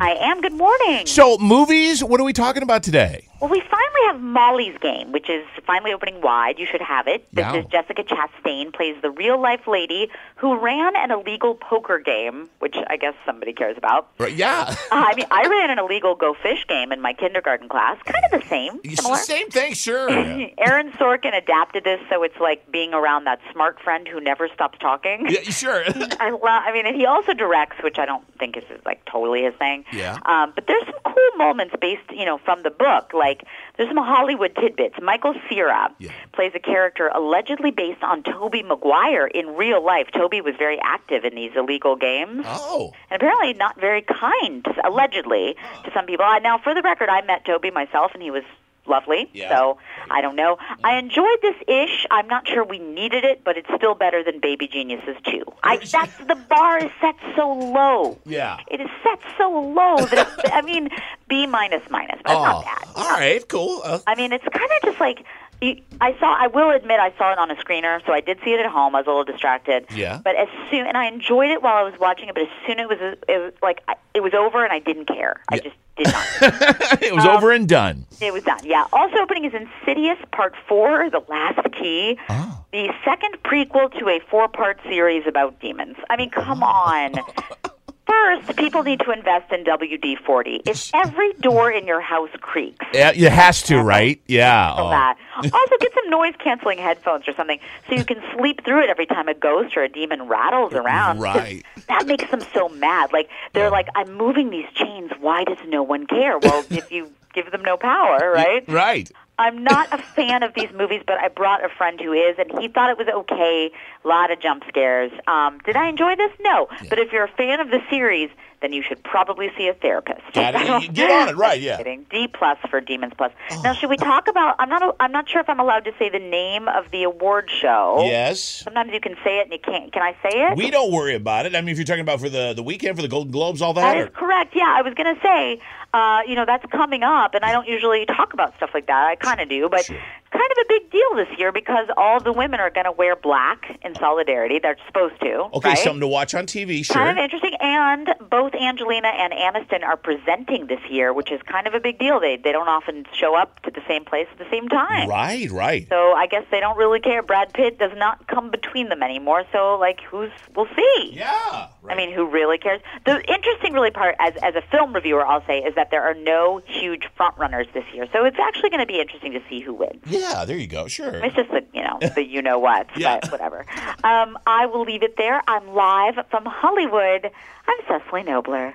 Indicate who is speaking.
Speaker 1: I am. Good morning.
Speaker 2: So, movies, what are we talking about today?
Speaker 1: Well, we finally have Molly's Game, which is finally opening wide. You should have it. This
Speaker 2: Yeah.
Speaker 1: is Jessica Chastain plays the real-life lady who ran an illegal poker game, which I guess somebody cares about.
Speaker 2: Right, Yeah.
Speaker 1: Uh, I mean, I ran an illegal go fish game in my kindergarten class. Kind of the same.
Speaker 2: It's the
Speaker 1: Similar.
Speaker 2: Same thing, sure. Yeah.
Speaker 1: Aaron Sorkin adapted this, so it's like being around that smart friend who never stops talking.
Speaker 2: Yeah, sure.
Speaker 1: I love. I mean, and he also directs, which I don't think is like totally his thing.
Speaker 2: Yeah.
Speaker 1: Um, but there's some cool moments based, you know, from the book. Like there's some Hollywood tidbits. Michael Cera
Speaker 2: Yeah.
Speaker 1: plays a character allegedly based on Toby Maguire in real life. Toby was very active in these illegal games.
Speaker 2: Oh.
Speaker 1: And apparently not very kind, allegedly, to some people. Uh, Now, for the record, I met Toby myself, and he was lovely.
Speaker 2: Yeah.
Speaker 1: So I don't know. I enjoyed this ish. I'm not sure we needed it, but it's still better than Baby Geniuses 2. I, that's the bar is set so low.
Speaker 2: Yeah.
Speaker 1: It is set so low that it's, I mean, B minus minus, but it's
Speaker 2: Oh.
Speaker 1: not bad.
Speaker 2: All right, cool. Uh,
Speaker 1: I mean, it's kind of just like you- I saw. I will admit, I saw it on a screener, so I did see it at home. I was a little distracted.
Speaker 2: Yeah.
Speaker 1: But as soon, and I enjoyed it while I was watching it. But as soon as it was, it was like I, it was over, and I didn't care. I just did not.
Speaker 2: it was over and done.
Speaker 1: it was done. Yeah. Also opening is Insidious Part Four, The Last Key, the second prequel to a four-part series about demons. I mean, come on. First, people need to invest in WD-40. If every door in your house creaks,
Speaker 2: Yeah, it has to, right? Yeah.
Speaker 1: for
Speaker 2: oh.
Speaker 1: that. Also, get some noise canceling headphones or something so you can sleep through it every time a ghost or a demon rattles
Speaker 2: Oh.
Speaker 1: around. 'cause
Speaker 2: Right.
Speaker 1: That makes them so mad. Like, they're like, I'm moving these chains. Why does no one care? Well, if you give them no power, right?
Speaker 2: Right.
Speaker 1: I'm not a fan of these movies, but I brought a friend who is, and he thought it was okay. A lot of jump scares. Um, did I enjoy this? No. But if you're a fan of the series, then you should probably see a therapist.
Speaker 2: Got it. Get on it, right, yeah. Oh.
Speaker 1: Kidding. D plus for Demons Plus. Now, should we talk about? I'm not. I'm not sure if I'm allowed to say the name of the award show.
Speaker 2: Yes.
Speaker 1: Sometimes you can say it and you can't. Can I say it?
Speaker 2: We don't worry about it. I mean, if you're talking about for the, the weekend, for the Golden Globes, all that.
Speaker 1: That is
Speaker 2: or-
Speaker 1: correct. Yeah, I was going to say, uh, you know, that's coming up, and I don't usually talk about stuff like that. I kind of do, but kind of a big deal this year because all the women are going to wear black in solidarity. They're supposed to.
Speaker 2: okay,
Speaker 1: right?
Speaker 2: something to watch on TV, sure.
Speaker 1: Kind of interesting, and both Angelina and Aniston are presenting this year, which is kind of a big deal. They they don't often show up to the same place at the same time,
Speaker 2: Right, right.
Speaker 1: so I guess they don't really care. Brad Pitt does not come between them anymore, so like, who's we'll see.
Speaker 2: yeah. Right.
Speaker 1: I mean, who really cares? The interesting, really part as as a film reviewer, I'll say is that there are no huge front runners this year, so it's actually going to be interesting to see who wins.
Speaker 2: yeah, there you go, sure.
Speaker 1: It's just the you know the you know what,
Speaker 2: Yeah.
Speaker 1: but whatever. Um, I will leave it there. I'm live from Hollywood. I'm Cecily Nobler.